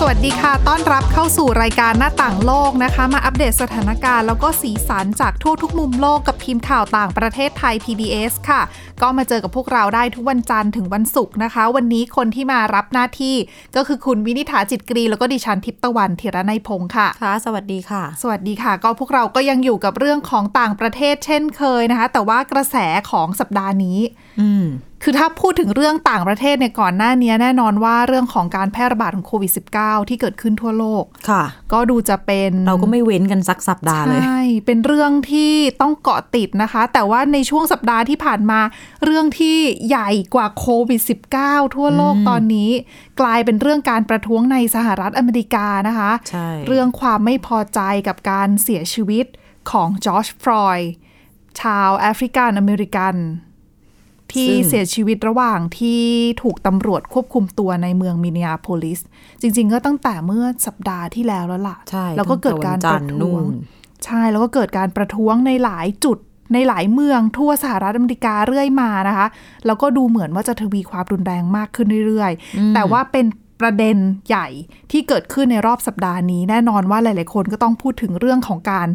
สวัสดีค่ะ ต้อนรับเข้าสู่รายการหน้าต่างโลกนะคะ มาอัปเดตสถานการณ์แล้วก็สีสันจากทั่วทุกมุมโลกกับทีมข่าวต่างประเทศไทย PBS ค่ะ ก็มาเจอกับพวกเราได้ทุกวันจันทร์ถึงวันศุกร์นะคะ วันนี้คนที่มารับหน้าที่ ก็คือคุณวินิษฐาจิตกรี แล้วก็ดิฉันทิพย์ตะวันเทระนยพงค์ค่ะ ค่ะ สวัสดีค่ะ สวัสดีค่ะ ก็พวกเราก็ยังอยู่กับเรื่องของต่างประเทศเช่นเคยนะคะ แต่ว่ากระแสของสัปดาห์นี้ อืม คือถ้าพูดถึงเรื่องต่างประเทศเนี่ยก่อนหน้านี้แน่นอนว่าเรื่องของการแพร่ระบาดของโควิด -19 ที่เกิดขึ้นทั่วโลก ค่ะ ก็ดูจะเป็น เราก็ไม่เว้นกันสักสัปดาห์เลย ใช่ เป็นเรื่องที่ต้องเกาะติดนะคะ แต่ว่าในช่วงสัปดาห์ที่ผ่านมา เรื่องที่ใหญ่กว่าโควิด -19 ทั่วโลกตอนนี้ กลายเป็นเรื่องการประท้วงในสหรัฐอเมริกานะคะ ใช่ เรื่องความไม่พอใจกับการเสียชีวิตของจอร์จฟรอยด์ชาวแอฟริกันอเมริกัน ที่เสียชีวิตระหว่างที่ถูกตำรวจควบคุมตัวในเมืองมินเนียโพลิส จริง ๆ ก็ตั้งแต่เมื่อสัปดาห์ที่แล้วแล้วล่ะ ใช่ แล้วก็เกิดการ ตั้งประแต่วันจันท ท้วงนู่น ใช่แล้วก็เกิดการประท้วงในหลายจุดในหลายเมืองทั่วสหรัฐอเมริกาเรื่อยมานะคะ แล้วก็ดูเหมือนว่าจะทวีความรุนแรงมากขึ้นเรื่อยๆ แต่ว่าเป็นประเด็นใหญ่ที่เกิดขึ้นในรอบสัปดาห์นี้ แน่นอนว่าหลายๆคนก็ต้องพูดถึงเรื่องของการ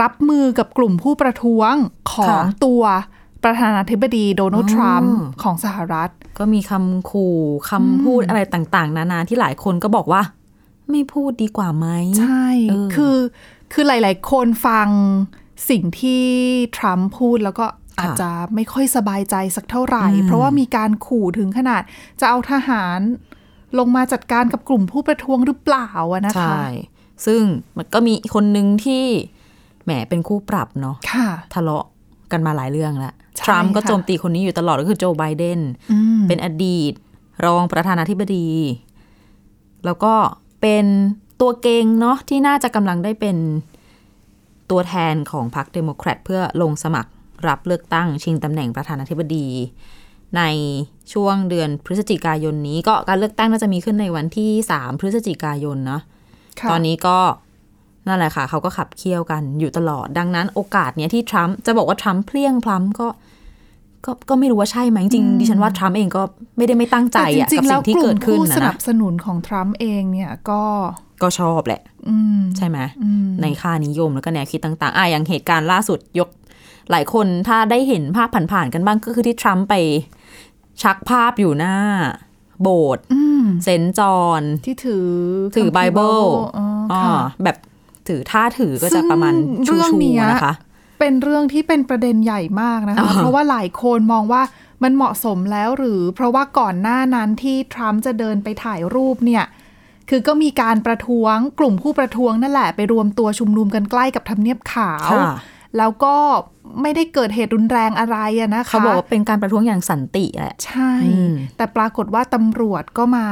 รับมือกับกลุ่มผู้ประท้วงของ ค่ะ ตัวประธานาธิบดีโดนัลด์ทรัมป์ของสหรัฐ ก็มีคำขู่คำพูดอะไรต่างๆ นานาที่หลายคนก็บอกว่า ไม่พูดดีกว่าไหม ใช่ เออ คือ คือหลาย ๆ คนฟังสิ่งที่ทรัมป์พูดแล้วก็อาจจะไม่ค่อยสบายใจสักเท่าไหร่ เพราะว่ามีการขู่ถึงขนาด จะเอาทหารลงมาจัดการกับกลุ่มผู้ประท้วงหรือเปล่าอะนะคะ ใช่ ซึ่งมันก็มีคนหนึ่งที่แหมเป็นคู่ปรับเนาะ ค่ะ ทะเลาะกันมาหลายเรื่องแล้ว ใช่ ทรัมป์ก็ ค่ะ โจมตีคนนี้อยู่ตลอดก็คือโจไบเดน อืม เป็นอดีต รองประธานาธิบดี แล้วก็เป็นตัวเก่งเนาะที่น่าจะกำลังได้เป็นตัวแทนของพรรคเดโมแครตเพื่อลงสมัครรับเลือกตั้ง ชิงตำแหน่งประธานาธิบดี ในช่วงเดือนพฤศจิกายนนี้ ก็การเลือกตั้งน่าจะมีขึ้นในวันที่ 3 พฤศจิกายนเนาะ ค่ะ ตอนนี้ก็นั่นแหละค่ะ เขาก็ขับเคี่ยวกันอยู่ตลอด ดังนั้นโอกาสเนี้ยที่ทรัมป์จะบอกว่าทรัมป์เพลี่ยงพล้ำก็ก็ก็ไม่รู้ว่าใช่ไหมจริงๆดิฉันว่าทรัมป์เองก็ไม่ได้ไม่ตั้งใจ แต่จ อะ ริ กับ งๆแล้ สิ่ ว งที่ กลุ่มเกิดขึ้น ผู้ส นะ นั นะ บสนุนของทรัมป์เองเนี่ยก็ ก็ชอบแหละ อืม ใช่ไหม อืม ในค่านิยมแล้วก็แนวคิดต่างๆอ่ะอย่างเหตุการณ์ล่าสุดยกหลายคนถ้าได้เห็นภาพผ่านๆกันบ้างก็คือที่ทรัมป์ไปชักภาพอยู่หน้า โบสถ์ อืม เซนต์จอห์น ที่ถือ ถือไบเบิล อ๋อ อ่า ค่ะ แบบถือท่าถือก็ ซึ่ จะ ง ประมาณ เรื่อง ชู เนี้ย ๆนะคะ เป็นเรื่องที่เป็นประเด็นใหญ่มากนะคะ อ่า เพราะว่าหลายคนมองว่ามันเหมาะสมแล้วหรือ เพราะว่าก่อนหน้านั้นที่ทรัมป์จะเดินไปถ่ายรูปเนี่ย คือก็มีการประท้วงกลุ่มผู้ประท้วงนั่นแหละไปรวมตัวชุมนุมกันใกล้กับทำเนียบขาว ค่ะ แล้วก็ไม่ได้เกิดเหตุรุนแรงอะไรอะนะคะ เขาบอกว่าเป็นการประท้วงอย่างสันติแหละ ใช่ อืม แต่ปรากฏว่าตำรวจก็มา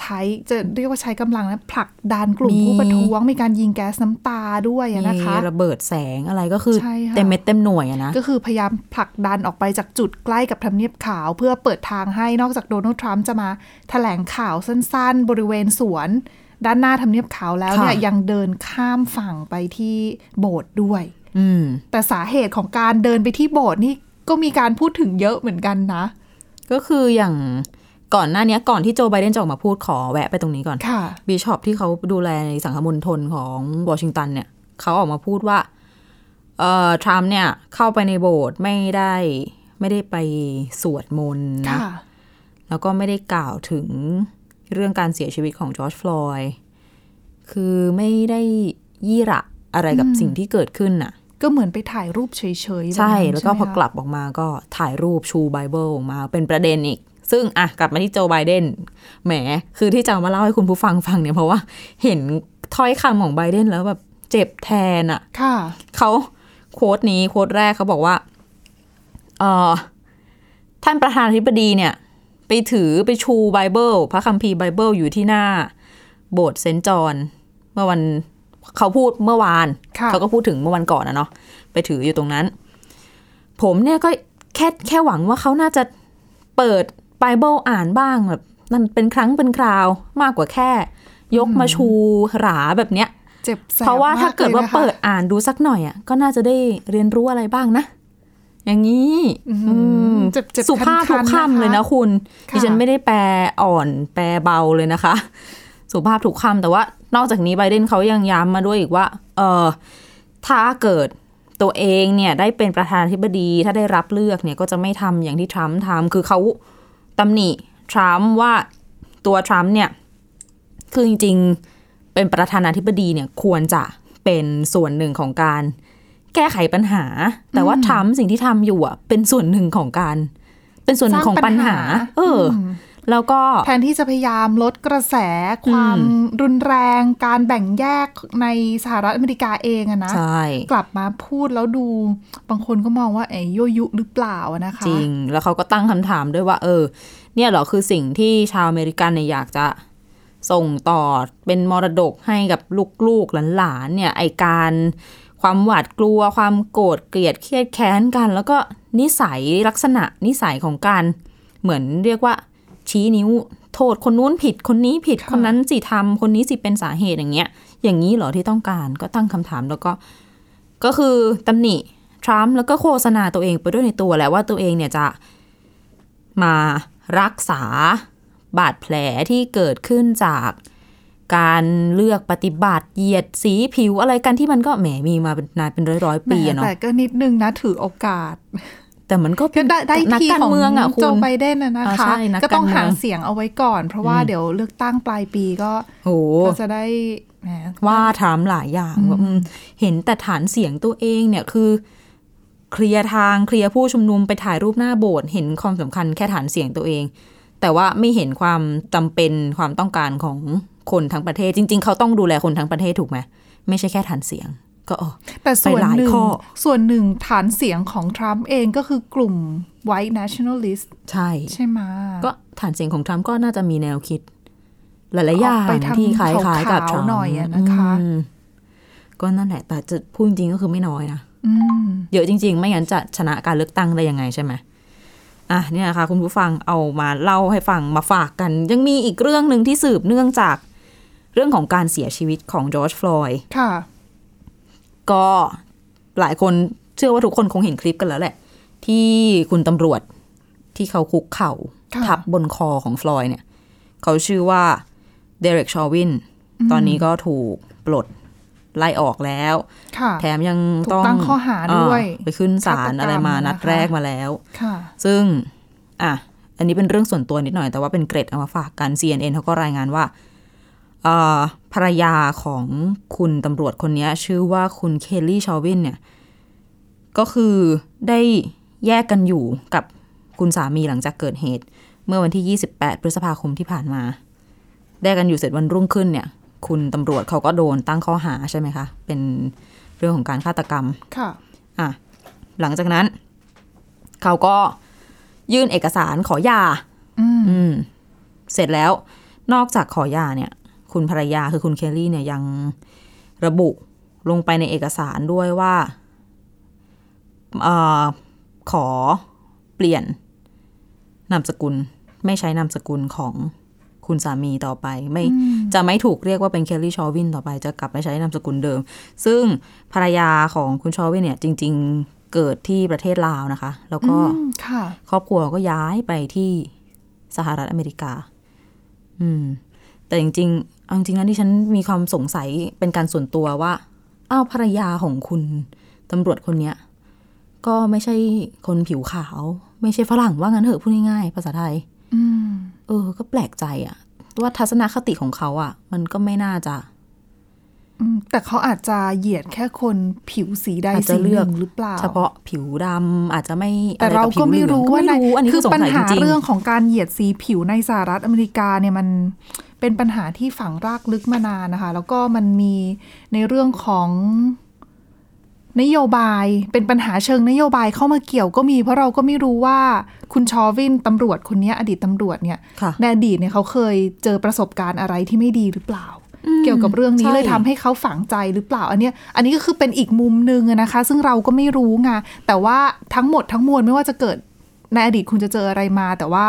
ใช้จะเรียกว่าใช้กำลังนะผลักดันกลุ่มผู้ประท้วง มีการยิงแก๊สน้ำตาด้วยอะนะคะ มีระเบิดแสงอะไรก็คือ ใช่ค่ะ เต็มเม็ดเต็มหน่วยอะนะ ก็คือพยายามผลักดันออกไปจากจุดใกล้กับทำเนียบขาว เพื่อเปิดทางให้นอกจากโดนัลด์ทรัมป์จะมาแถลงข่าวสั้นๆ บริเวณสวน ด้านหน้าทำเนียบขาวแล้วเนี่ย ค่ะ ยังเดินข้ามฝั่งไปที่โบสถ์ด้วย อืม แต่สาเหตุของการเดินไปที่โบสถ์นี่ก็มีการพูดถึงเยอะเหมือนกันนะ ก็คืออย่างก่อนหน้าเนี้ยก่อนที่โจไบเดนจะออกมาพูดขอแวะไปตรงนี้ก่อน ค่ะ บิชอปที่เขาดูแลในสังคมณฑลของวอชิงตันเนี่ย เขาออกมาพูดว่าเอ่อทรัมป์เนี่ยเข้าไปในโบสถ์ไม่ได้ไม่ได้ไปสวดมนต์นะ ค่ะ แล้วก็ไม่ได้กล่าวถึงเรื่องการเสียชีวิตของจอร์จฟลอยด์คือไม่ได้ยี่หระอะไรกับสิ่งที่เกิดขึ้นน่ะ ก็เหมือนไปถ่ายรูปเฉยๆแบบนั้น ใช่แล้วก็ ใช่ไหม พอ คะ กลับออกมาก็ถ่ายรูปชูไบเบิลออกมาเป็นประเด็นอีก ซึ่งอ่ะกลับมาที่โจไบเดนแหม คือที่จะเอามาเล่าให้คุณผู้ฟังฟังเนี่ยเพราะว่าเห็นถ้อยคำของไบเดนแล้วแบบเจ็บแทนอ่ะ ค่ะ เขาโค้ดนี้โค้ดแรกเขาบอกว่าเออท่านประธานาธิบดีเนี่ย ไปถือไปชูไบเบิลพระคัมภีร์ไบเบิลอยู่ที่หน้า โบสถ์เซนต์จอห์นเมื่อวันเขาพูดเมื่อวาน ค่ะ เขาก็พูดถึงเมื่อวันก่อนนะเนาะไปถืออยู่ตรงนั้น ผมเนี่ยก็แค่แค่หวังว่าเขาน่าจะเปิดไบเบิลอ่านบ้างแบบ นั่นเป็นครั้งเป็นคราวมากกว่าแค่ ยกมาชูหราแบบเนี้ย เจ็บแสบ เพราะว่าถ้าเกิดว่าเปิ มลย ด นะคะ อ่านดูสักหน่อยอ่ะก็น่าจะได้เรียนรู้อะไรบ้างนะ อย่างนี้ อืม อืม เจ็บๆ สุภาพทุก คันๆนะคะ คำเลยนะคุณ ค่ะ ดิฉันไม่ได้แปลอ่อนแปลเบาเลยนะคะ สุภาพทุกคำแต่ว่า นอกจากนี้ไบเดนเขายังย้ำมาด้วยอีกว่าเออถ้าเกิดตัวเองเนี่ยได้เป็นประธานาธิบดีถ้าได้รับเลือกเนี่ยก็จะไม่ทำอย่างที่ทรัมป์ทำคือเขาตำหนิทรัมป์ว่าตัวทรัมป์เนี่ย คือจริงๆ เป็นประธานาธิบดีเนี่ยควรจะเป็นส่วนหนึ่งของการ แก้ไขปัญหา แต่ว่าทรัมป์สิ่งที่ทำอยู่อ่ะเป็นส่วนหนึ่งของการ เป็นส่วนหนึ่งของปัญหา สร้งปัญหา เอออ ม แล้วก็ แทนที่จะพยายามลดกระแสความรุนแรงการแบ่งแยกในสหรัฐอเมริกาเองอะนะ ใช่ กลับมาพูดแล้วดูบางคนก็มองว่าเอ๋ยโยยุหรือเปล่าอะนะคะ จริง แล้วเขาก็ตั้งคำถามด้วยว่า เออ เนี่ยเหรอคือสิ่งที่ชาวอเมริกันเนี่ยอยากจะส่งต่อเป็นมรดกให้กับลูกๆหลานๆเนี่ย ไอการความหวาดกลัวความโกรธเกลียดเครียดแค้นกัน แล้วก็นิสัยลักษณะนิสัยของการ เหมือนเรียกว่า ชี้นิ้ว โทษคนนู้นผิดคนนี้ผิด ค่ะ คนนั้นสิทำคนนี้สิเป็นสาเหตุอย่างเงี้ย อย่างนี้เหรอที่ต้องการก็ตั้งคำถามแล้วก็ ก็คือตำหนิทรัมป์แล้วก็โฆษณาตัวเองไปด้วยในตัวแหละว่าตัวเองเนี่ยจะมารักษาบาดแผลที่เกิดขึ้นจากการเลือกปฏิบัติเหยียดสีผิวอะไรกันที่มันก็แหมมีมาเป็นนานเป็นร้อยร้อยๆปีอะ แหม เนาะ แต่ก็นิดนึงนะถือโอกาส แต่มันก็เป็ ก็ น ได้ได้ นัก ที่ การ ของ เมืองอะคุ โจ ณ ไบเดนอะนะ อ่า คะ ใช่นัก ก็ต้อง การเมือง หาเสียงเอาไว้ก่อน เพราะว่าเดี๋ยวเลือกตั้งปลายปีก็ โห ก็จะได้แหม ว่าถามหลายอย่างว่าอืมเห็นแต่ฐานเสียงตัวเองเนี่ยคือ เคลียร์ทางเคลียร์ผู้ชุมนุมไปถ่ายรูปหน้าโบสถ์เห็นความสำคัญแค่ฐานเสียงตัวเอง แต่ว่าไม่เห็นความจำเป็นความต้องการของคนทั้งประเทศ จริง ๆ เขาต้องดูแลคนทั้งประเทศถูกไหมไม่ใช่แค่ฐานเสียง ก็อ๋อ แต่ส่วน ไปหลาย หนึ่ง ข้อ ส่วนหนึ่งฐานเสียงของทรัมป์เองก็คือกลุ่ม white nationalist ใช่ ใช่ไหม ก็ฐานเสียงของทรัมป์ก็น่าจะมีแนวคิด หลายๆอย่า ออก ง ไปทาง ที่คล้ายๆกับ ข ทรัวมป์ ๆหน่อยอะนะคะ อืมก็นั่นแหละ แต่จะพูดจริงๆก็คือไม่น้อยนะ อืม เยอะจริง ๆ ไม่งั้นจะชนะการเลือกตั้งได้ยังไงใช่ไหมอ่ะเนี่ยนะคะคุณผู้ฟังเอามาเล่าให้ฟังมาฝากกัน ยังมีอีกเรื่องหนึ่งที่สืบเนื่องจากเรื่องของการเสียชีวิตของจอร์จฟลอยด์ ค่ะ ก็หลายคนเชื่อว่าทุกคนคงเห็นคลิปกันแล้วแหละ ที่คุณตำรวจที่เขาคุกเข่า ค่ะ ทับบนคอของฟลอยด์เนี่ย เขาชื่อว่าเดเร็กชอวินตอนนี้ก็ถูกปลดไล่ออกแล้ว ค่ะ แถมยัง ถูก ต้อง ตั้งข้อหาด้วย อ่าไปขึ้นศาล ฆาตกรรม อะไรมานัด นะคะ แรกมาแล้ว ค่ะ ซึ่งอ่ะอันนี้เป็นเรื่องส่วนตัวนิดหน่อยแต่ว่าเป็นเกร็ดเอามาฝากกัน CNN เขาก็รายงานว่าเอ่อภรรยาของคุณตำรวจคนเนี้ย ชื่อว่าคุณเคลลี่ชอวินเนี่ย ก็คือได้แยกกันอยู่กับคุณสามีหลังจากเกิดเหตุ เมื่อวันที่ 28 พฤษภาคมที่ผ่านมา แยกกันอยู่เสร็จวันรุ่งขึ้นเนี่ย คุณตำรวจเขาก็โดนตั้งข้อหาใช่ไหมคะ เป็นเรื่องของการฆาตกรรม ค่ะ อ่ะหลังจากนั้น เขาก็ยื่นเอกสารขอหย่า อืม อืม เสร็จแล้ว นอกจากขอหย่าเนี่ย คุณภรรยาคือคุณเคลลี่เนี่ยยังระบุลงไปในเอกสารด้วยว่าเออขอเปลี่ยนนามสกุล ไม่ใช้นามสกุลของคุณสามีต่อไป ไม่จะไม่ถูกเรียกว่าเป็นเคลลี่ชอวินต่อไป จะกลับไปใช้นามสกุลเดิม ซึ่งภรรยาของคุณชอวินเนี่ย จริง ๆ เกิดที่ประเทศลาวนะคะ แล้วก็ อืม ค่ะ ครอบครัวก็ย้ายไปที่สหรัฐอเมริกา อืม แต่จริงๆเอาจริงๆนะที่ฉันมีความสงสัยเป็นการส่วนตัวว่า อ้าวภรรยาของคุณตำรวจคนเนี้ย ก็ไม่ใช่คนผิวขาว ไม่ใช่ฝรั่งว่างั้นเถอะพูดง่ายๆภาษาไทย อืม เออ ก็แปลกใจอะว่าทัศนคติของเขาอะมันก็ไม่น่าจะ อืม แต่เขาอาจจะเหยียดแค่คนผิวสีใด อาจจะ สีห เลือ นึ่ ก งหรือเปล่า เฉพาะผิวดำอาจจะไม่ แต่ อะไบ เรา ผิ ก็ ว ไม่ เหลือง รู้ ก็ ว่าใน ไม่อันนี้ คื คืออสง ปัญ สัยจ หา ริงๆ เรื่องของการเหยียดสีผิวในสหรัฐอเมริกาเนี่ยมันเป็นปัญหาที่ฝังรากลึกมานานนะคะ แล้วก็มันมีในเรื่องของนโยบายเป็นปัญหาเชิงนโยบายเข้ามาเกี่ยวก็มี เพราะเราก็ไม่รู้ว่าคุณชอวินตำรวจคนเนี้ยอดีตตำรวจเนี่ย ค่ะ ในอดีตเนี่ยเขาเคยเจอประสบการณ์อะไรที่ไม่ดีหรือเปล่า เกี่ยวกับเรื่องนี้ ใช่ เลยทำให้เขาฝังใจหรือเปล่า อันเนี้ยอันนี้ก็คือเป็นอีกมุมหนึ่งอะนะคะ ซึ่งเราก็ไม่รู้ไงแต่ว่าทั้งหมดทั้งมวลไม่ว่าจะเกิดในอดีตคุณจะเจออะไรมา แต่ว่า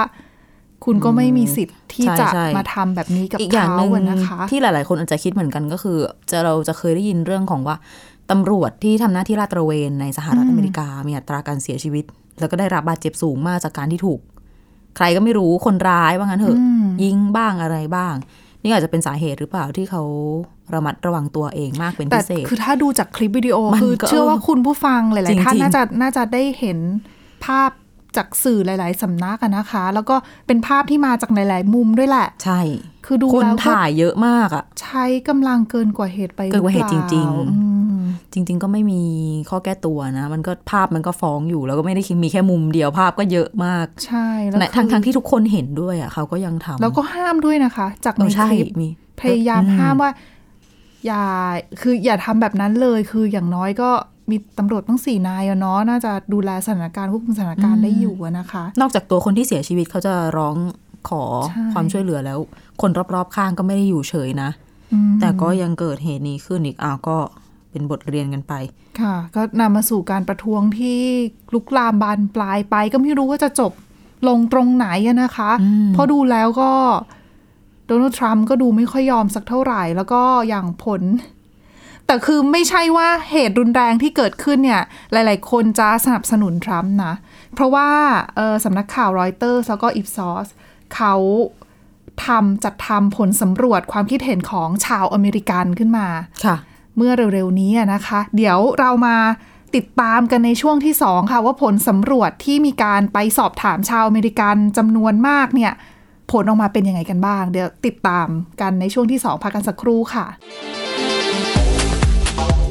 คุณก็ไม่มีสิทธิ์ที่ ใช่ จะ ใช่ มาทำแบบนี้กับ อีกอย่าง เขา หนึ่ง อะนะคะ ที่หลาย ๆ คนอาจจะคิดเหมือนกันก็คือ จะเราจะเคยได้ยินเรื่องของว่าตำรวจที่ทำหน้าที่ลาดตระเวนในสหรัฐอเมริกา มีอัตราการเสียชีวิต แล้วก็ได้รับบาดเจ็บสูงมากจากการที่ถูก ใครก็ไม่รู้คนร้ายว่างั้นเถอะ อืม ยิงบ้างอะไรบ้าง นี่อาจจะเป็นสาเหตุหรือเปล่าที่เขาระมัดระวังตัวเองมากเป็น แต่ พิเศษ คือถ้าดูจากคลิปวิดีโอ มัน คือ ก็ เชื่อว่าคุณผู้ฟังหลา จริ ย ง ๆ ท่าน จริง น่าจะน่าจะได้เห็นภาพจากสื่อหลาย ๆ สำนักอะนะคะ แล้วก็เป็นภาพที่มาจากหลาย ๆ มุมด้วยแหละ ใช่ คือดู คน แล้วก็ ถ่ายเยอะมากอ่ะ ใช้กำลังเกินกว่าเหตุไป เกินกว่าเหตุจริง ๆ จริง ๆ ก็ไม่มีข้อแก้ตัวนะ มันก็ภาพมันก็ฟ้องอยู่ แล้วก็ไม่ได้มีแค่มุมเดียวภาพก็เยอะมาก ใช่แล้ว ใน คื ทั้ง อ ทั้งที่ทุกคนเห็นด้วยอ่ะเขาก็ยังทำ แล้วก็ห้ามด้วยนะคะ จาก เอ ใน อใช่ คลิป มี พยายามห้ามว่า อย่าคืออย่าทำแบบนั้นเลย คืออย่างน้อยก็มีตำรวจตั้งสี่นายอะเนาะน่าจะดูแลสถานการณ์ควบคุมสถานการณ์ได้อยู่อะนะคะ นอกจากตัวคนที่เสียชีวิตเขาจะร้องขอ ใช่ ความช่วยเหลือแล้ว คนรอบๆข้างก็ไม่ได้อยู่เฉยนะ อืม แต่ก็ยังเกิดเหตุนี้ขึ้นอีกอ้าวก็เป็นบทเรียนกันไป ค่ะ ก็นำมาสู่การประท้วงที่ลุกลามบานปลายไป ก็ไม่รู้ว่าจะจบลงตรงไหนอะนะคะ อืม เพราะดูแล้วก็โดนัลด์ทรัมป์ก็ดูไม่ค่อยยอมสักเท่าไหร่ แล้วก็อย่างผล แต่คือไม่ใช่ว่าเหตุรุนแรงที่เกิดขึ้นเนี่ย หลาย ๆ คนจะสนับสนุนทรัมป์นะ เพราะว่าเอ่อสำนักข่าวรอยเตอร์แล้วก็อิฟซอสเขาทำจัดทำผลสำรวจความคิดเห็นของชาวอเมริกันขึ้นมา ค่ะ เมื่อเร็วๆนี้อะนะคะ เดี๋ยวเรามาติดตามกันในช่วงที่ 2 ค่ะ ว่าผลสำรวจที่มีการไปสอบถามชาวอเมริกันจำนวนมากเนี่ย ผลออกมาเป็นยังไงกันบ้าง เดี๋ยวติดตามกันในช่วงที่ 2พักกันสักครู่ค่ะ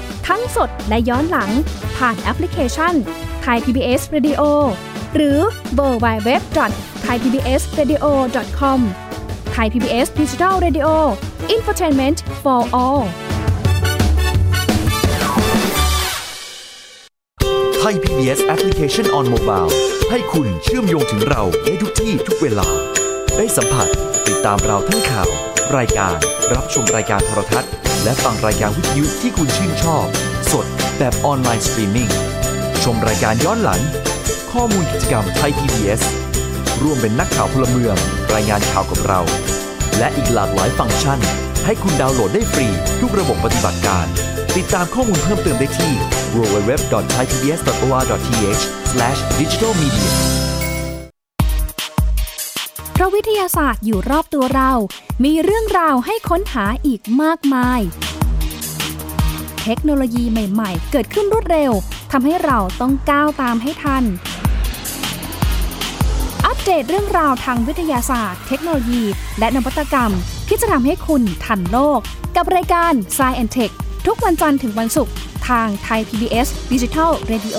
ๆ ทั้งสดและย้อนหลัง ผ่านแอปพลิเคชันไทย PBS Radio หรือเวอร์ไบเว็บไทยพีบีเอสเรดิโอคอมไทยพีบีเอสดิจิทัลเรดิโออินฟอร์ทนเมนต์ for all ไทย PBS Application on Mobile ให้คุณเชื่อมโยงถึงเราได้ทุกที่ทุกเวลา ได้สัมผัสติดตามเราทั้งข่าว รายการรับชมรายการโทรทัศน์ และฟังรายการวิทยุที่คุณชื่นชอบ สดแบบออนไลน์สตรีมมิ่งชมรายการย้อนหลัง ข้อมูลกิจกรรมไทย PBS ร่วมเป็นนักข่าวพลเมือง รายงานข่าวกับเรา และอีกหลากหลายฟังก์ชัน ให้คุณดาวน์โหลดได้ฟรี ทุกระบบปฏิบัติการ ติดตามข้อมูลเพิ่มเติมได้ที่ www.thaipbs.or.th/digitalmedia เพราะวิทยาศาสตร์อยู่รอบตัวเรา มีเรื่องราวให้ค้นหาอีกมากมาย เทคโนโลยีใหม่ ๆ เกิดขึ้นรวดเร็ว ทำให้เราต้องก้าวตามให้ทัน อัปเดตเรื่องราวทางวิทยาศาสตร์ เทคโนโลยี และนวัตกรรม ที่จะทำให้คุณทันโลก กับรายการ s c i e n t e c h ทุกวันจันทร์ถึงวันศุกร์ทางไทย PBS Digital Radio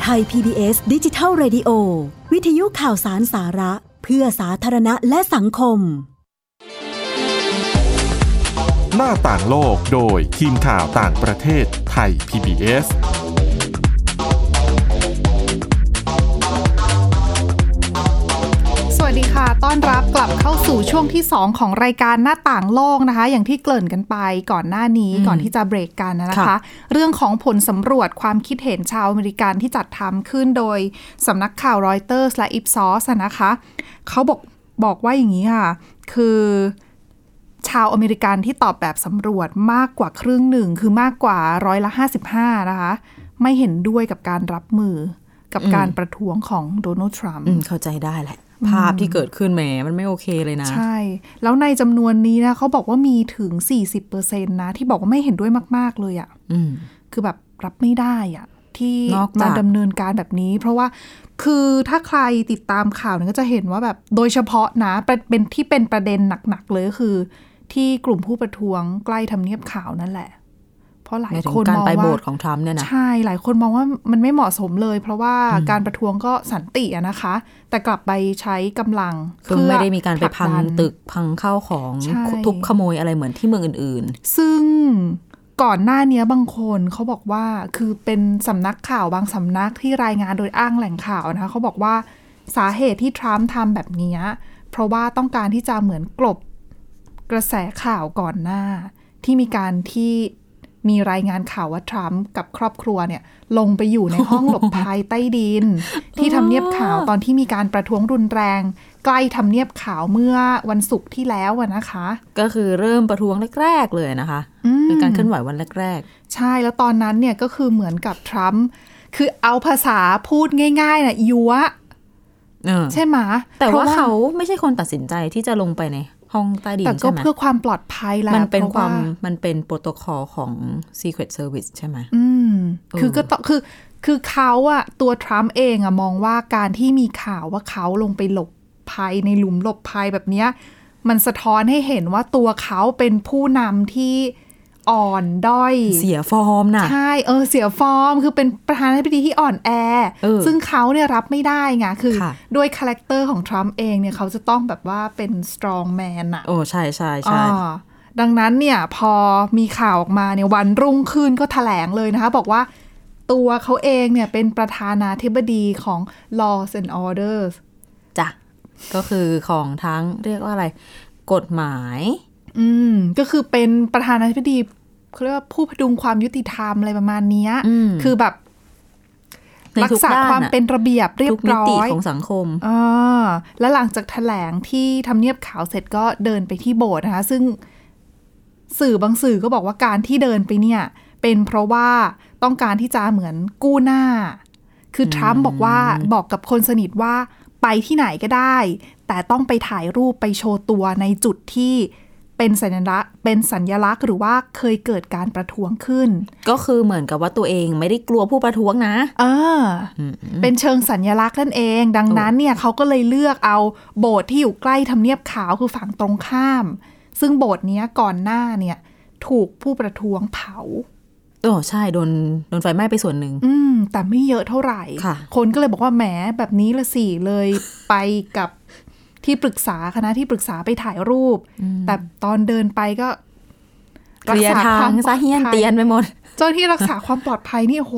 ไทย PBS ดิจิทัล Radio วิทยุข่าวสารสาระ เพื่อสาธารณะและสังคม หน้าต่างโลกโดยทีมข่าวต่างประเทศไทย PBS สวัสดี ค่ะ ต้อนรับกลับเข้าสู่ช่วงที่ 2 ของรายการหน้าต่างโลกนะคะ อย่างที่เกริ่นกันไปก่อนหน้านี้ อืม ก่อนที่จะเบรกกันนะ ค่ะ คะ เรื่องของผลสำรวจความคิดเห็นชาวอเมริกันที่จัดทำขึ้นโดยสำนักข่าวรอยเตอร์สและอิฟซอสนะคะ เขาบอกบอกว่าอย่างนี้ค่ะ คือ ชาวอเมริกันที่ตอบแบบสำรวจมากกว่าครึ่งหนึ่ง คือมากกว่าร้อยละ 55 นะคะ ไม่เห็นด้วยกับการรับมือกับ อืม การประท้วงของโดนัลด์ทรัมป์ อืมเข้าใจได้แหละ ภาพที่เกิดขึ้นแหมมันไม่โอเคเลยนะ ใช่ แล้วในจำนวนนี้นะเขาบอกว่ามีถึง 40%นะ ที่บอกว่าไม่เห็นด้วยมาก ๆ เลยอะ่ะ อืม คือแบบรับไม่ได้อะ่ะ ที่ นอกจาก มาดำเนินการแบบนี้ เพราะว่าคือถ้าใครติดตามข่าวเนี่ยก็จะเห็นว่าแบบโดยเฉพาะนะประเป็นที่เป็นประเด็นหนัก ๆ เลยก็คือ ที่กลุ่มผู้ประท้วงใกล้ทำเนียบขาวนั่นแหละ เพราะหลา ห ย มายถึง คน การ มอง ไปโบ ว่า สถ์ของทรัมป์เนี่ยนะ ใช่หลายคนมองว่ามันไม่เหมาะสมเลย เพราะว่าการประท้วงก็สันติอะนะคะ แต่กลับไปใช้กำลัง คือไม่ได้มีการไปพัง ผลัดัน ตึกพังข้าวของ ใช่ ทุบขโมยอะไรเหมือนที่เมืองอื่น ซึ่งก่อนหน้าเนี้ยบางคนเขาบอกว่าคือเป็นสำนักข่าวบางสำนักที่รายงานโดยอ้างแหล่งข่าวนะคะเขาบอกว่าสาเหตุที่ทรัมป์ทำแบบเนี้ยเพราะว่าต้องการที่จะเหมือนกลบกระแสข่าวก่อนหน้า ที่มีการที่มีรายงานข่าวว่าทรัมป์กับครอบครัวเนี่ยลงไปอยู่ในห้องหลบภัยใต้ดิน ที่ทำเนียบขาวตอนที่มีการประท้วงรุนแรง ใกล้ทำเนียบขาวเมื่อวันศุกร์ที่แล้วอะนะคะ ๆ ก็คือเริ่มประท้วงแรกๆเลยนะคะ อืม เป็นการเคลื่อนไหววันแรก ใช่แล้วตอนนั้นเนี่ยก็คือเหมือนกับทรัมป์คือเอาภาษาพูดง่ายๆน่ะยัว ๆ เออ ใช่ไหม แต่ พระ ว่าเขาไม่ใช่คนตัดสินใจที่จะลงไปในห้องใต้ดิน แต่ก็ ใช่ไหม เพื่อความปลอดภัยแหละ มันเป็น พระ ความมันเป็นโปรโตคอลของ Secret Service ใช่ไหม อืม เออ คือก็ต้องคือคือเขาอะตัวทรัมป์เองอะมองว่าการที่มีข่าวว่าเขาลงไปหลบภัยในหลุมหลบภัยแบบเนี้ยมันสะท้อนให้เห็นว่าตัวเขาเป็นผู้นำที่อ่อนด้อย เสียฟอร์มน่ะ ใช่ เออ เสียฟอร์ม คือเป็นประธานาธิบดีที่อ่อนแอ เออ ซึ่งเขาเนี่ยรับไม่ได้ไง คือ ค่ะ ด้วยคาแรคเตอร์ของทรัมป์เองเนี่ย เขาจะต้องแบบว่าเป็นสตรองแมนอะ โอ้ใช่ใช่ใช่ อ่าดังนั้นเนี่ยพอมีข่าวออกมาเนี่ยวันรุ่งขึ้นก็แถลงเลยนะคะ บอกว่าตัวเขาเองเนี่ยเป็นประธานาธิบดีของ Laws and Orders จ้ะก็คือของทั้งเรียกว่าอะไร กฎหมาย อืม ก็คือเป็นประธานาธิบดีเขาเรียกว่าผู้พดุงความยุติธรรมอะไรประมาณเนี้ย อืม คือแบบ ใน รั ทุ ก ก ษา ด้าน ความ อะ เป็นระเบียบเรีย ทุ บ กมิ ร้อ ติ ย ของสังคม อ่าและหลังจากแถลงที่ทำเนียบขาวเสร็จก็เดินไปที่โบสถ์นะคะ ซึ่งสื่อบางสื่อก็บอกว่าการที่เดินไปเนี่ย เป็นเพราะว่าต้องการที่จะเหมือนกู้หน้า คือทรัมป์บอกว่าบอกกับคนสนิทว่าไปที่ไหนก็ได้ แต่ต้องไปถ่ายรูปไปโชว์ตัวในจุดที่เป็นสัญลักษณ์เป็นสัญลักษณ์ หรือว่าเคยเกิดการประท้วงขึ้น ก็คือเหมือนกับว่าตัวเองไม่ได้กลัวผู้ประท้วงนะ เอออเป็นเชิงสัญลักษณ์นั่นเอง ดังนั้นเนี่ยเขาก็เลยเลือกเอาโบสถ์ที่อยู่ใกล้ทำเนียบขาวคือฝั่งตรงข้าม ซึ่งโบสถ์เนี้ยก่อนหน้าเนี่ยถูกผู้ประท้วงเผา โอ้ใช่ โดนโดนไฟไหม้ไปส่วนหนึ่ง อืม แต่ไม่เยอะเท่าไหร่ ค่ะ คนก็เลยบอกว่าแหมแบบนี้ละสิเลย ไปกับที่ปรึกษาคณะที่ปรึกษาไปถ่ายรูป แต่ตอนเดินไปก็ เคลียร์ รักษ ทาง ควมปลอด ซะเฮี้ยน ภั เตียนไปหมด เจ้าหน้าที่รักษาความปลอดภัยนี่โห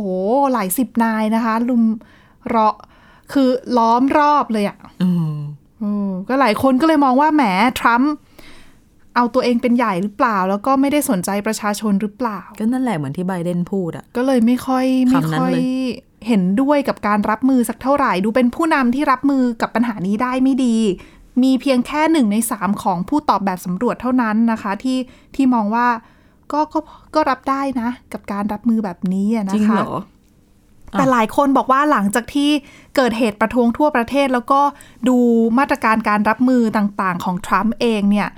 หลายสิบนายนะคะ ลุมเราะคือล้อมรอบเลยอะ่ะอืมก็หลายคนก็เลยมองว่าแหมทรัมป์เอาตัวเองเป็นใหญ่หรือเปล่า แล้วก็ไม่ได้สนใจประชาชนหรือเปล่า ก็นั่นแหละเหมือนที่ไบเดนพูดอะ ก็เลยไม่ค่อยไม่ คำนั้น ค่อย เลย เห็นด้วยกับการรับมือสักเท่าไหร่ ดูเป็นผู้นำที่รับมือกับปัญหานี้ได้ไม่ดี มีเพียงแค่หนึ่งในสามของผู้ตอบแบบสำรวจเท่านั้นนะคะ ที่ที่มองว่าก็ก็ก็รับได้นะ กับการรับมือแบบนี้อะนะคะ จริงเหรอ แต่หลายคนบอกว่าหลังจากที่เกิดเหตุประท้วงทั่วประเทศ แล้วก็ดูมาตรการการรับมือต่างๆ ของทรัมป์เองเนี่ย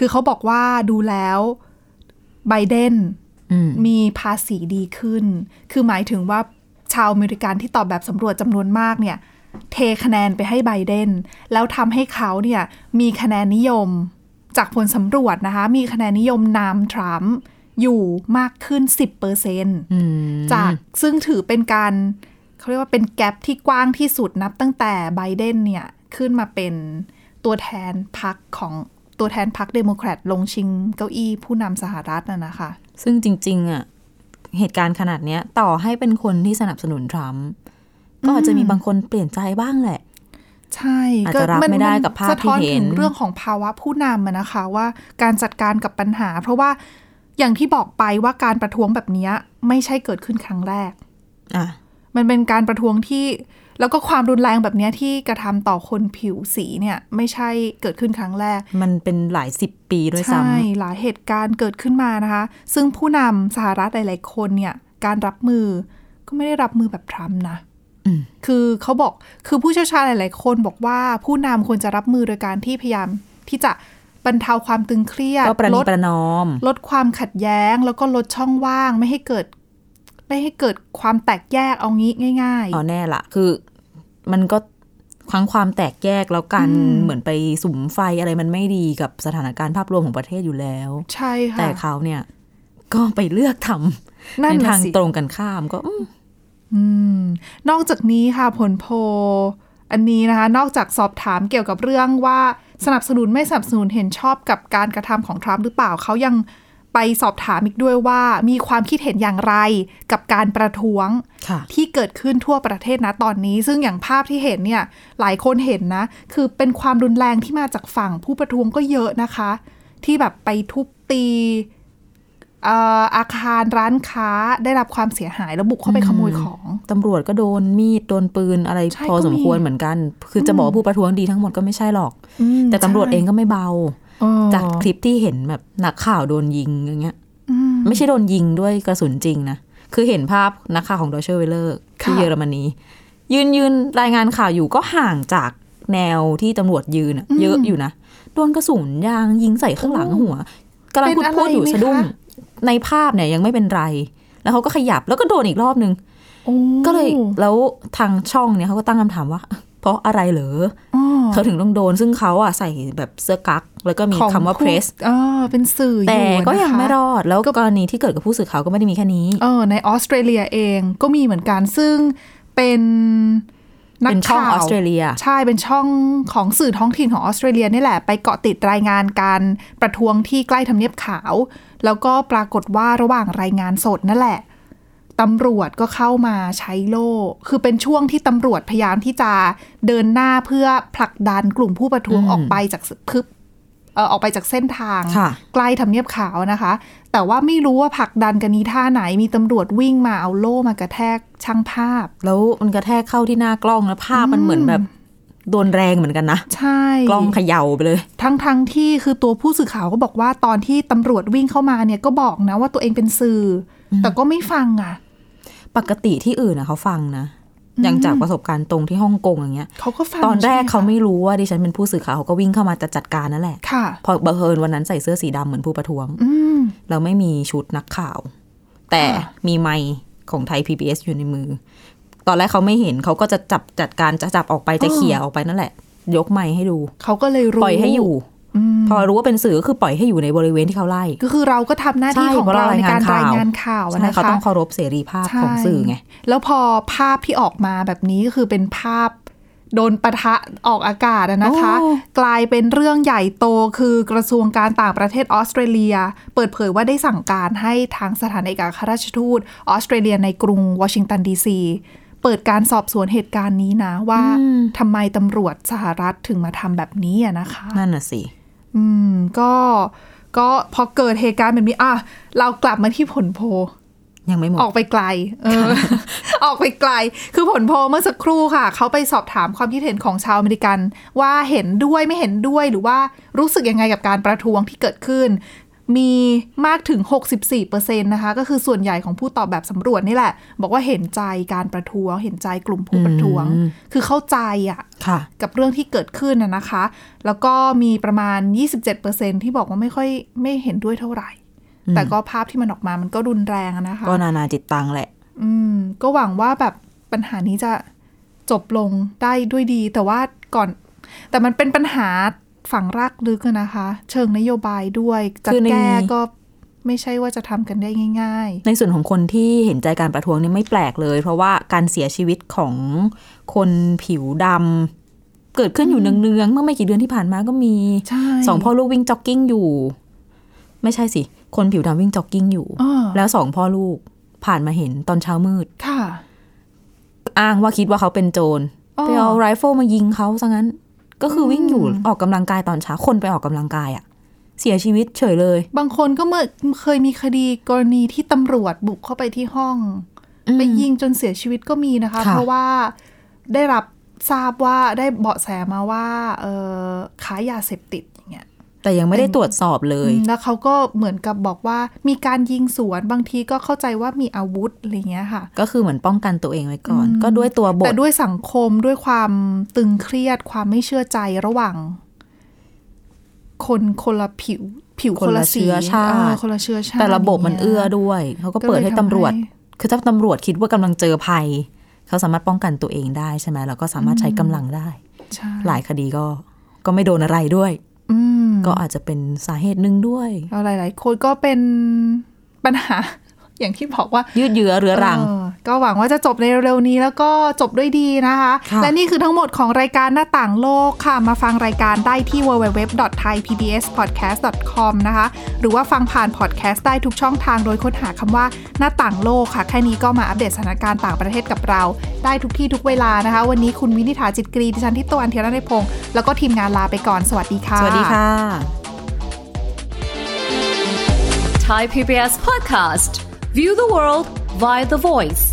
คือเขาบอกว่าดูแล้วไบเดน อืม มีภาษีดีขึ้น คือหมายถึงว่าชาวอเมริกันที่ตอบแบบสำรวจจำนวนมากเนี่ย เทคะแนนไปให้ไบเดน แล้วทำให้เขาเนี่ยมีคะแนนนิยมจากผลสำรวจนะคะ มีคะแนนนิยมนำทรัมป์อยู่มากขึ้น 10%เปอร์เซ็นต์ อืม จากซึ่งถือเป็นการเขาเรียกว่าเป็นแกลบที่กว้างที่สุดนับตั้งแต่ไบเดนเนี่ย ขึ้นมาเป็นตัวแทนพรรคของตัวแทนพรรคเดโมแครตลงชิงเก้าอี้ผู้นำสหรัฐน่ะนะคะ ซึ่งจริง ๆอะเหตุการณ์ขนาดเนี้ย ต่อให้เป็นคนที่สนับสนุนทรัมป์ก็อาจจะมีบางคนเปลี่ยนใจบ้างแหละ ใช่ อาจจะรับ น ไม่ได้ น กับภาพ สะท้อน ที่เห็ ถึ น งเรื่องของภาวะผู้นำอะนะคะว่าการจัดการกับปัญหา เพราะว่าอย่างที่บอกไปว่าการประท้วงแบบเนี้ยไม่ใช่เกิดขึ้นครั้งแรก อ่ะ มันเป็นการประท้วงที่ แล้วก็ความรุนแรงแบบเนี้ยที่กระทำต่อคนผิวสีเนี่ยไม่ใช่เกิดขึ้นครั้งแรก มันเป็นหลายสิบปีด้วยซ้ ใช่ หลายเหตุการณ์เกิดขึ้นมานะคะ ซึ่งผู้นำสหรัฐหลายๆคนเนี่ย การรับมือก็ไม่ได้รับมือแบบทรัมป์นะ ำอืม คือเขาบอก คือผู้เชี่ยวชาญหลาย ๆ คนบอกว่าผู้นำควรจะรับมือโดยการที่พยายามที่จะบรรเทาความตึงเครียด ก็ประ ล นี ด ประนอม ลดความขัดแย้ง แล้วก็ลดช่องว่างไม่ให้เกิด ไม่ให้เกิดความแตกแยกเอางี้ง่าย เอาแน่ละคือมันก็ครั้งความแตกแยกแล้วกัน อืม เหมือนไปสุมไฟอะไรมันไม่ดีกับสถานการณ์ภาพรวมของประเทศอยู่แล้ว ๆ ใช่ค่ะ แต่เขาเนี่ยก็ไปเลือกทำ นั่ ใน นน่ะ ทาง สิ ตรงกันข้ามก็อืม อืมนอกจากนี้ค่ะผลโพลอันนี้นะคะ นอกจากสอบถามเกี่ยวกับเรื่องว่าสนับสนุนไม่สนับสนุนเห็นชอบกับการกระทำของทรัมป์หรือเปล่าเขายังไปสอบถามอีกด้วยว่ามีความคิดเห็นอย่างไรกับการประท้วง ค่ะ ที่เกิดขึ้นทั่วประเทศนะตอนนี้ ซึ่งอย่างภาพที่เห็นเนี่ยหลายคนเห็นนะ คือเป็นความรุนแรงที่มาจากฝั่งผู้ประท้วงก็เยอะนะคะ ที่แบบไปทุบตี เอ่ออาคารร้านค้าได้รับความเสียหายแล้วบุกเข้าไปขโมยของ ตำรวจก็โดนมีดโดนปืนอะไร ใช่ พอ ก็ สมควร มี เหมือนกัน คือจะบอกว่าผู้ประท้วงดีทั้งหมดก็ไม่ใช่หรอก อืม แต่ตำรวจ ใช่ เองก็ไม่เบา อ๋อ จากคลิปที่เห็นแบบนักข่าวโดนยิงอย่างเงี้ย อืม ไม่ใช่โดนยิงด้วยกระสุนจริงนะ คือเห็นภาพนักข่าวของดอยเชอร์เวลเลอร์ที่ ค่ะ เยอรมนี ยืนยืนรายงานข่าวอยู่ก็ห่างจากแนวที่ตำรวจยืนอะเยอะอยู่นะ โดนกระสุนยางยิงใส่ข้างหลังหัวกำลังพูดพูดอยู่สะดุ้ง ในภาพเนี่ยยังไม่เป็นไร แล้วเขาก็ขยับแล้วก็โดนอีกรอบนึง โอ้ ก็เลยแล้วทางช่องเนี่ยเขาก็ตั้งคำถามว่า เพราะอะไรเหรอ อ๋อ เธอถึงต้องโดนซึ่งเขาอ่ะใส่แบบเสื้อกั๊กแล้วก็มี ของ คำว่า ผู้ press อ่าเป็นสื่อ แต่ อยู่ ก็ยัง นะคะ ไม่รอดแล้วกรณีที่เกิดกับผู้สื่อข่าวก็ไม่ได้มีแค่นี้ เออในออสเตรเลียเองก็มีเหมือนกันซึ่งเป็นนัก เป็นช่อง ข่าว ออสเตรเลีย ใช่เป็นช่องของสื่อท้องถิ่นของออสเตรเลียนี่แหละ ไปเกาะติดรายงานการประท้วงที่ใกล้ทำเนียบขาว แล้วก็ปรากฏว่าระหว่างรายงานสดนั่นแหละ ตำรวจก็เข้ามาใช้โล่ คือเป็นช่วงที่ตำรวจพยายามที่จะเดินหน้าเพื่อผลักดันกลุ่มผู้ประท้วง อืม ออกไปจากสคือเอ่อออกไปจากเส้นทาง ค่ะ ใกล้ทำเนียบขาวนะคะ แต่ว่าไม่รู้ว่าผลักดันกันนี้ท่าไหน มีตำรวจวิ่งมาเอาโล่มากระแทกช่างภาพ แล้วมันกระแทกเข้าที่หน้ากล้องแล้วภาพมันเหมือนแบบโดนแรงเหมือนกันนะ ใช่ กล้องเขย่าไปเลย ทั้งทั้งที่คือตัวผู้สื่อข่าวก็บอกว่าตอนที่ตำรวจวิ่งเข้ามาเนี่ยก็บอกนะว่าตัวเองเป็นสื่ออแต่ก็ไม่ฟังอ่ะ ปกติที่อื่นนะเขาฟังนะ อย่างจากประสบการณ์ตรงที่ฮ่องกงอย่างเงี้ย เขาก็ฟัง ตอนแรกเขาไม่ ใช่ห รู้ว่าดิฉันเป็นผู้สื่อข่าวเขาก็วิ่งเข้ามาจะจัดการนั่นแหละ คะค่ะ พอบังเอิญวันนั้นใส่เสื้อสีดำเหมือนผู้ประท้วง อืม เราไม่มีชุดนักข่าว แต่ ค่ะ มีไมค์ของไทย PBS อยู่ในมือ ตอนแรกเขาไม่เห็นเขาก็จะจับจัดการจะจับออกไปจะเขี่ยออกไปนั่นแหละ ยกไมค์ให้ดู เขาก็เลยรู้ ปล่อยให้อยู่ อืม พอรู้ว่าเป็นสื่อก็คือปล่อยให้อยู่ในบริเวณที่เขาไล่ ก็คือเราก็ทำหน้าที่ ใช่ ของเราในการ เพราะ ราย เรารางางยาน น ข่าวอะ ใช่ นะคะ เขาต้องเคารพเสรีภาพของสื่อไง ใช่แล้วพอภาพที่ออกมาแบบนี้ก็คือเป็นภาพโดนปะทะออกอากาศอะนะคะ โอ้ กลายเป็นเรื่องใหญ่โตคือกระทรวงการต่างประเทศออสเตรเลีย เปิดเผยว่าได้สั่งการให้ทางสถานเอกอัครราชทูตออสเตรเลียในกรุงวอชิงตันดีซีเปิดการสอบสวนเหตุการณ์นี้นะว่าทำไมตำรวจสหรัฐถึงมาทำแบบนี้อะนะคะ นั่นน่ะสิ อืมก็ก็พอเกิดเหตุการณ์แบบนี้อ่ะเรากลับมาที่ผลโพล ยังไม่หมด ออกไปไกล เออ ออกไปไกล คือผลโพลเมื่อสักครู่ค่ะ เขาไปสอบถามความคิดเห็นของชาวอเมริกัน ว่าเห็นด้วยไม่เห็นด้วยหรือว่ารู้สึกยังไงกับการประท้วงที่เกิดขึ้น มีมากถึง 64%นะคะ ก็คือส่วนใหญ่ของผู้ตอบแบบสำรวจนี่แหละ บอกว่าเห็นใจการประท้วง เห็นใจกลุ่มผู้ประท้วง อืม คือเข้าใจอ่ะ ค่ะ กับเรื่องที่เกิดขึ้นนะนะคะ แล้วก็มีประมาณ 27%ที่บอกว่าไม่ค่อยไม่เห็นด้วยเท่าไหร่ อืม แต่ก็ภาพที่มันออกมามันก็รุนแรงอะนะคะ ก็นานาจิตตังแหละ อืม ก็หวังว่าแบบปัญหานี้จะจบลงได้ด้วยดี แต่ว่าก่อน แต่มันเป็นปัญหาฝังรากลึกอะนะคะ เชิงนโยบายด้วยจะ คือใน แก้ก็ไม่ใช่ว่าจะทำกันได้ง่าย ในส่วนของคนที่เห็นใจการประท้วงนี่ไม่แปลกเลย เพราะว่าการเสียชีวิตของคนผิวดำเกิดขึ้นอยู่เนืองๆเมื่อไม่กี่เดือนที่ผ่านมาก็มี ใช่ สองพ่อลูกวิ่งจ็อกกิ้งอยู่ ไม่ใช่สิ คนผิวดำวิ่งจ็อกกิ้งอยู่ ๆอ้อ แล้วสองพ่อลูกผ่านมาเห็นตอนเช้ามืด ค่ะ อ้างว่าคิดว่าเขาเป็นโจร ไปเอาไรเฟิลมายิงเขาซะงั้น ก็คือวิ่งอยู่ออกกำลังกายตอนเช้าคนไปออกกำลังกายอะเสียชีวิตเฉยเลย บางคนก็เมื่อเคยมีคดีกรณีที่ตำรวจบุกเข้าไปที่ห้อง อืม ไปยิงจนเสียชีวิตก็มีนะคะ ค่ะ เพราะว่าได้รับทราบว่าได้เบาะแสมาว่าเออขายยาเสพติดอย่างเงี้ย แต่ยังไม่ได้ตรวจสอบเลย อืมแล้วเขาก็เหมือนกับบอกว่ามีการยิงสวนบางทีก็เข้าใจว่ามีอาวุธอะไรเงี้ยค่ะ ก็คือเหมือนป้องกันตัวเองไว้ก่อน อืม ก็ด้วยตัวบ แต่ ท ด้วยสังคมด้วยความตึงเครียดความไม่เชื่อใจระหว่าง คนคนละผิว ผิวคนละสี เชื้อชา เออ ติ คนละเชื้อชาติ แต่ระบบมัน ย่างงี้ย เอื้อด้วยเขาก็ ก็เลย เปิดให้ตำรวจ ทำให้ คือถ้าตำรวจคิดว่ากำลังเจอภัย เขาสามารถป้องกันตัวเองได้ใช่ไหมแล้วก็สามารถใช้กำลังได้ ใช่ หลายคดีก็ ก็ไม่โดนอะไรด้วย อืม ก็อาจจะเป็นสาเหตุหนึ่งด้วย แล้วหลาย ๆ คนก็เป็นปัญหา อย่างที่บอกว่า ยืดเยื้อเรื้อรัง เออก็หวังว่าจะจบในเร็วๆนี้แล้วก็จบด้วยดีนะคะ ค่ะ และนี่คือทั้งหมดของรายการหน้าต่างโลกค่ะ มาฟังรายการได้ที่ www.thaipbspodcast.com นะคะ หรือว่าฟังผ่านพอดแคสต์ได้ทุกช่องทางโดยค้นหาคำว่าหน้าต่างโลกค่ะ แค่นี้ก็มาอัปเดตสถานการณ์ต่างประเทศกับเรา ได้ทุกที่ทุกเวลานะคะ วันนี้คุณวินิษฐาจิตกรีดิฉันทิตตะวันเทียรนพงศ์แล้วก็ทีมงานลาไปก่อนสวัสดีค่ะ สวัสดีค่ะ Thai PBS podcast. View the world via the voice.